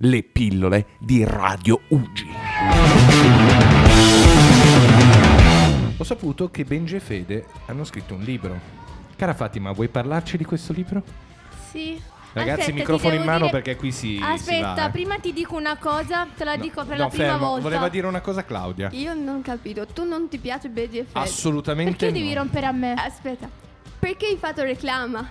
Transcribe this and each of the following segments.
le pillole di Radio Uggi. Ho saputo che Benji e Fede hanno scritto un libro. Cara Fatima, vuoi parlarci di questo libro? Sì. Ragazzi, Aspetta, ti microfono devo in mano dire- perché qui si- si Aspetta, va, eh. prima ti dico una cosa, te la No, Ah, dico per no, la prima fermo. volta. Voleva dire una cosa Claudia. Io non ho capito, tu non ti piace Benji e Fede? Assolutamente Perché no. devi rompere a me? Aspetta, perché hai fatto reclama?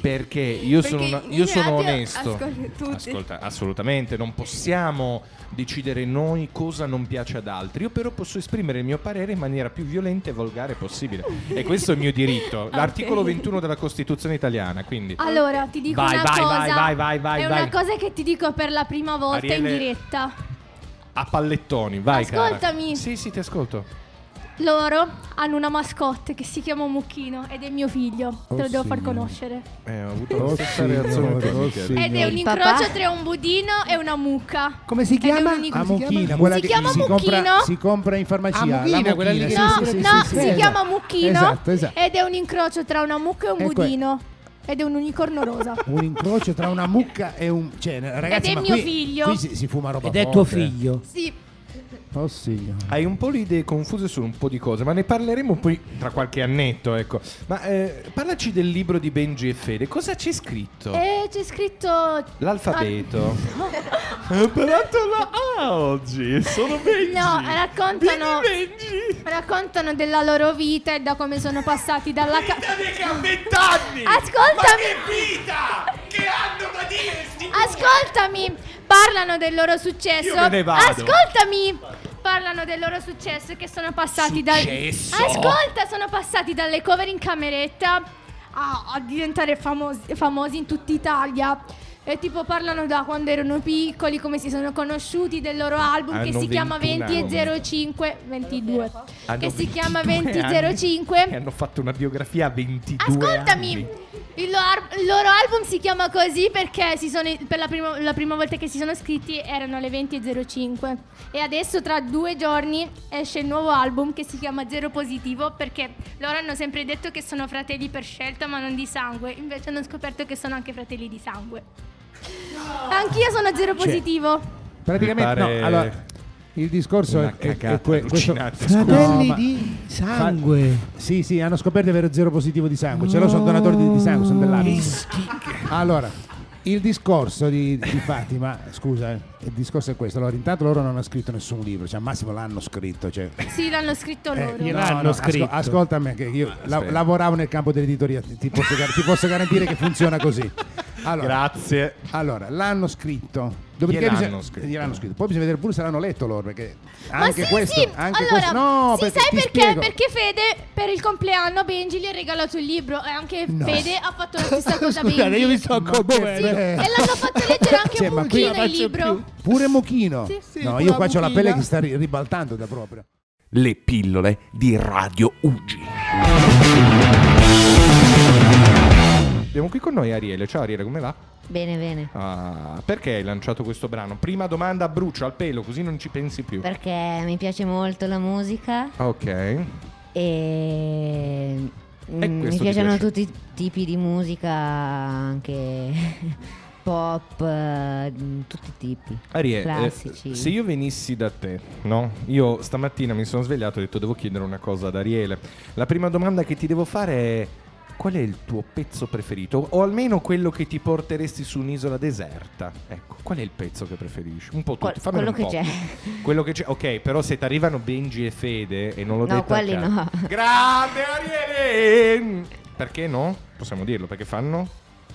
Perché io Perché sono, una- in io sono radio onesto. ascolti tutti. Ascolta, assolutamente, non possiamo decidere noi cosa non piace ad altri. Io però posso esprimere il mio parere in maniera più violenta e volgare possibile. E questo è il mio diritto. L'articolo 21 della Costituzione italiana, quindi... Allora, ti dico Vai, una vai, cosa. vai, vai, vai, vai, è vai. una cosa che ti dico per la prima volta Ariele- in diretta. Ah. A pallettoni, vai cara. Ascoltami. Sì, sì, ti ascolto. Loro hanno una mascotte che si chiama Mucchino ed è mio figlio. Te lo Oh, devo far signore. conoscere. Eh, ho avuto la Oh, stessa signore, reazione. oh, che Michele. signore. Ed è un Il incrocio papà? tra un budino e una mucca. Come si chiama? Ed è un Ah, unico- Mucchina, quella Si che chiama si Mucchino? compra, si compra in farmacia. Ah, la Mucchina, quella lì che- Mucchina, No, sì, sì, no, sì, sì, si sì. chiama Mucchino Esatto, esatto. ed è un incrocio tra una mucca e un Ecco, budino ed è un unicorno rosa. Un incrocio tra una mucca e un... Cioè, Ed ragazzi, è ma mio qui- figlio. Qui si, si fuma roba Ed è tuo forte. figlio. Sì, Oh, signore. Hai un po' le idee confuse su un po' di cose, ma ne parleremo poi tra qualche annetto, ecco. Ma eh, parlaci del libro di Benji e Fede. Cosa c'è scritto? E c'è scritto L'alfabeto. Ho imparato la A oggi. Sono Benji. No, raccontano Vieni, Benji. raccontano della loro vita e da come sono passati dalla casa. Vedi che ha vent'anni. Ascoltami, vita! Che hanno da dire sti ascoltami. Parlano del loro successo. Io me ne vado. Ascoltami. Parlano del loro successo che sono passati dal Successo? Ascolta, sono passati dalle cover in cameretta a, a diventare famosi, famosi in tutta Italia. E tipo parlano da quando erano piccoli, come si sono conosciuti, del loro album che Hanno si chiama 21 2005 22. Hanno che si chiama 22 2005. E hanno fatto una biografia a 22 Ascoltami! anni. Il loro, ar- il loro album si chiama così perché si sono- per la prima, la prima volta che si sono iscritti erano le 20.05 e adesso tra due giorni esce il nuovo album che si chiama Zero Positivo perché loro hanno sempre detto che sono fratelli per scelta ma non di sangue, invece hanno scoperto che sono anche fratelli di sangue. Anch'io sono zero positivo. Praticamente, Mi pare- no, allora, il discorso una è, è- è cacata que- questo. allucinante, scusa. No, Fratelli ma- di sangue. Sì, sì, hanno scoperto di avere zero positivo di sangue. Ce l'ho, sono donatori di, di sangue, sono dell'Avis. Allora, il discorso di, di Fatima, scusa, eh, il discorso è questo. Allora, intanto loro non hanno scritto nessun libro, cioè al massimo l'hanno scritto. Cioè, Sì, l'hanno scritto eh, loro. no, gliel'hanno no, scritto. asco- ascoltami, che io la- Ah, aspetta. lavoravo nel campo dell'editoria, ti ti posso, gar- ti posso garantire che funziona così. Allora, Grazie. Allora, l'hanno scritto. Gliel'hanno bisogna- scritto. gliel'hanno scritto. Poi bisogna vedere pure se l'hanno letto loro, perché Ma anche sì, questo, sì. anche allora, questo. No, sì, perché sai ti perché? spiego. Perché Fede per il compleanno Benji gli ha regalato il libro e anche No. Fede ha fatto la stessa cosa a Scusate, Benji. io mi sto commuovendo. E l'hanno fatto leggere anche Cioè, a ma qui- Mucchino il libro. Pure Mochino. Sì, sì, no, pure io qua ho la Mucchina. pelle che si sta ri- ribaltando da proprio. Le pillole di Radio Uggi. Abbiamo qui con noi Ariele. Ciao Ariele, come va? Bene, bene. Ah, perché hai lanciato questo brano? Prima domanda a brucio, al pelo, così non ci pensi più. Perché mi piace molto la musica Ok. e E mm, mi Eh, questo ti piacciono piace? tutti i tipi di musica, anche pop, eh, di tutti i tipi. Ariele, Classici. eh, se io venissi da te, no? Io stamattina mi sono svegliato e ho detto devo chiedere una cosa ad Ariele. La prima domanda che ti devo fare è qual è il tuo pezzo preferito? O almeno quello che ti porteresti su un'isola deserta. Ecco, qual è il pezzo che preferisci? Un po' Qual- tutti, fammelo quello un che po'. c'è. Quello che c'è. Ok, però se ti arrivano Benji e Fede e non l'ho No, detto a quelli caso- no. Grande Ariele! Perché no? Possiamo dirlo, perché fanno?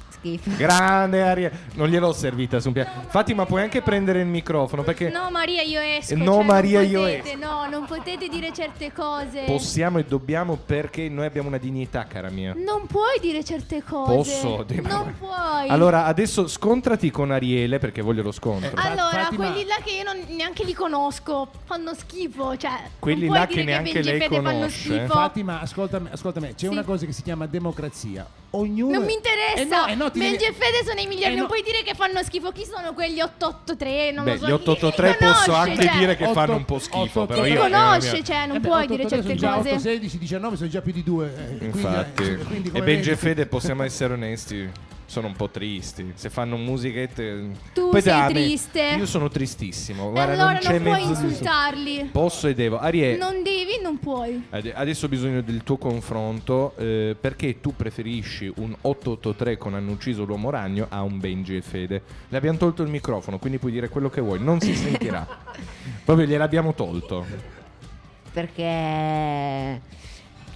Schifo. Grande Ariele. Non gliel'ho servita su un piano. Fatima, puoi anche prendere il microfono perché No, Maria, io esco. No, cioè, non Maria, io potete, esco. No, non potete dire certe cose. possiamo e dobbiamo perché noi abbiamo una dignità, cara mia. non puoi dire certe cose. Posso? Di- Non puoi. Allora, adesso scontrati con Ariele perché voglio lo scontro. Ah, Eh, Allora, Fatima- quelli là che io non, neanche li conosco fanno schifo. Cioè, Quelli non puoi là dire che neanche Benji lei e Fede fanno conosce. eh. schifo. Fatima, ascoltami, ascoltami, c'è Sì. una cosa che si chiama democrazia. Ognuno Non mi interessa. Eh no, eh no, ti Benji devi- e Fede sono i migliori. Eh non no. puoi dire che fanno schifo. Chi sono quegli 883? Non Beh, lo so. gli 883 Chi li posso conosce, anche cioè? dire che Otto- fanno un po' schifo, otto- però Chi io... eh, li conosce, cioè, non Eh beh, puoi otto- dire otto- certe sono già cose. 8, 16, 19 sono già più di due. eh, quindi- Infatti, quindi come e Benji vedi- e Fede possiamo essere onesti. sono un po' tristi. Se fanno musichette. Tu Poi sei dami. triste. Io sono tristissimo. E Guarda, allora c'è non puoi mezzo discorso. insultarli. Posso e devo. Ariel, Non devi, non puoi. Ade- Adesso ho bisogno del tuo confronto eh, perché tu preferisci un 883 con hanno ucciso l'uomo ragno a un Benji e Fede. Le abbiamo tolto il microfono, quindi puoi dire quello che vuoi, non si sentirà. Proprio gliel'abbiamo tolto. Perché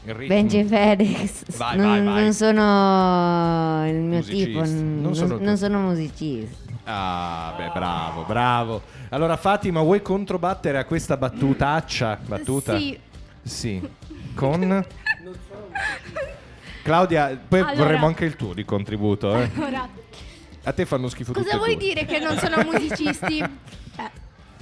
Il ritmo. Benji e Fedex Vai, non, vai, vai. non sono il mio Musicisti. tipo, n- Non non, sono- non sono musicisti. Ah, beh, bravo, bravo. Allora Fatima, vuoi controbattere a questa battutaccia? Battuta? Eh. Sì. Sì. Con Claudia, poi Allora- vorremmo anche il tuo di contributo, eh. Ora, A te fanno schifo tutti cosa e vuoi due. dire che non sono musicisti?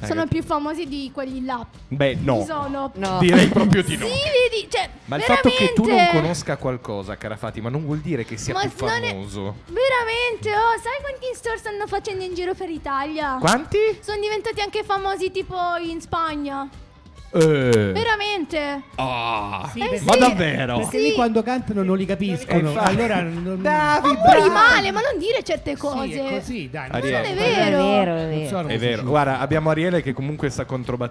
Eh, sono più famosi di quelli là. Beh, Ci no. sono. No. Direi proprio di no. Sì, vedi, cioè, Ma il veramente, fatto che tu non conosca qualcosa, cara Fatima, non vuol dire che sia Ma più non è- famoso. Veramente, oh, sai quanti in-store stanno facendo in giro per l'Italia? Quanti? Sono diventati anche famosi tipo in Spagna. Eh. Veramente? Ah. Eh sì. Ma davvero? Perché Sì. lì quando cantano non li Eh, capiscono. infatti. allora non, Ma pure male, ma non dire certe cose. Sì, è così, dai. Ariel. non è Ma non vero. è vero, è Non vero. sono È vero. musicisti. Guarda, abbiamo Ariele che comunque sta controbattendo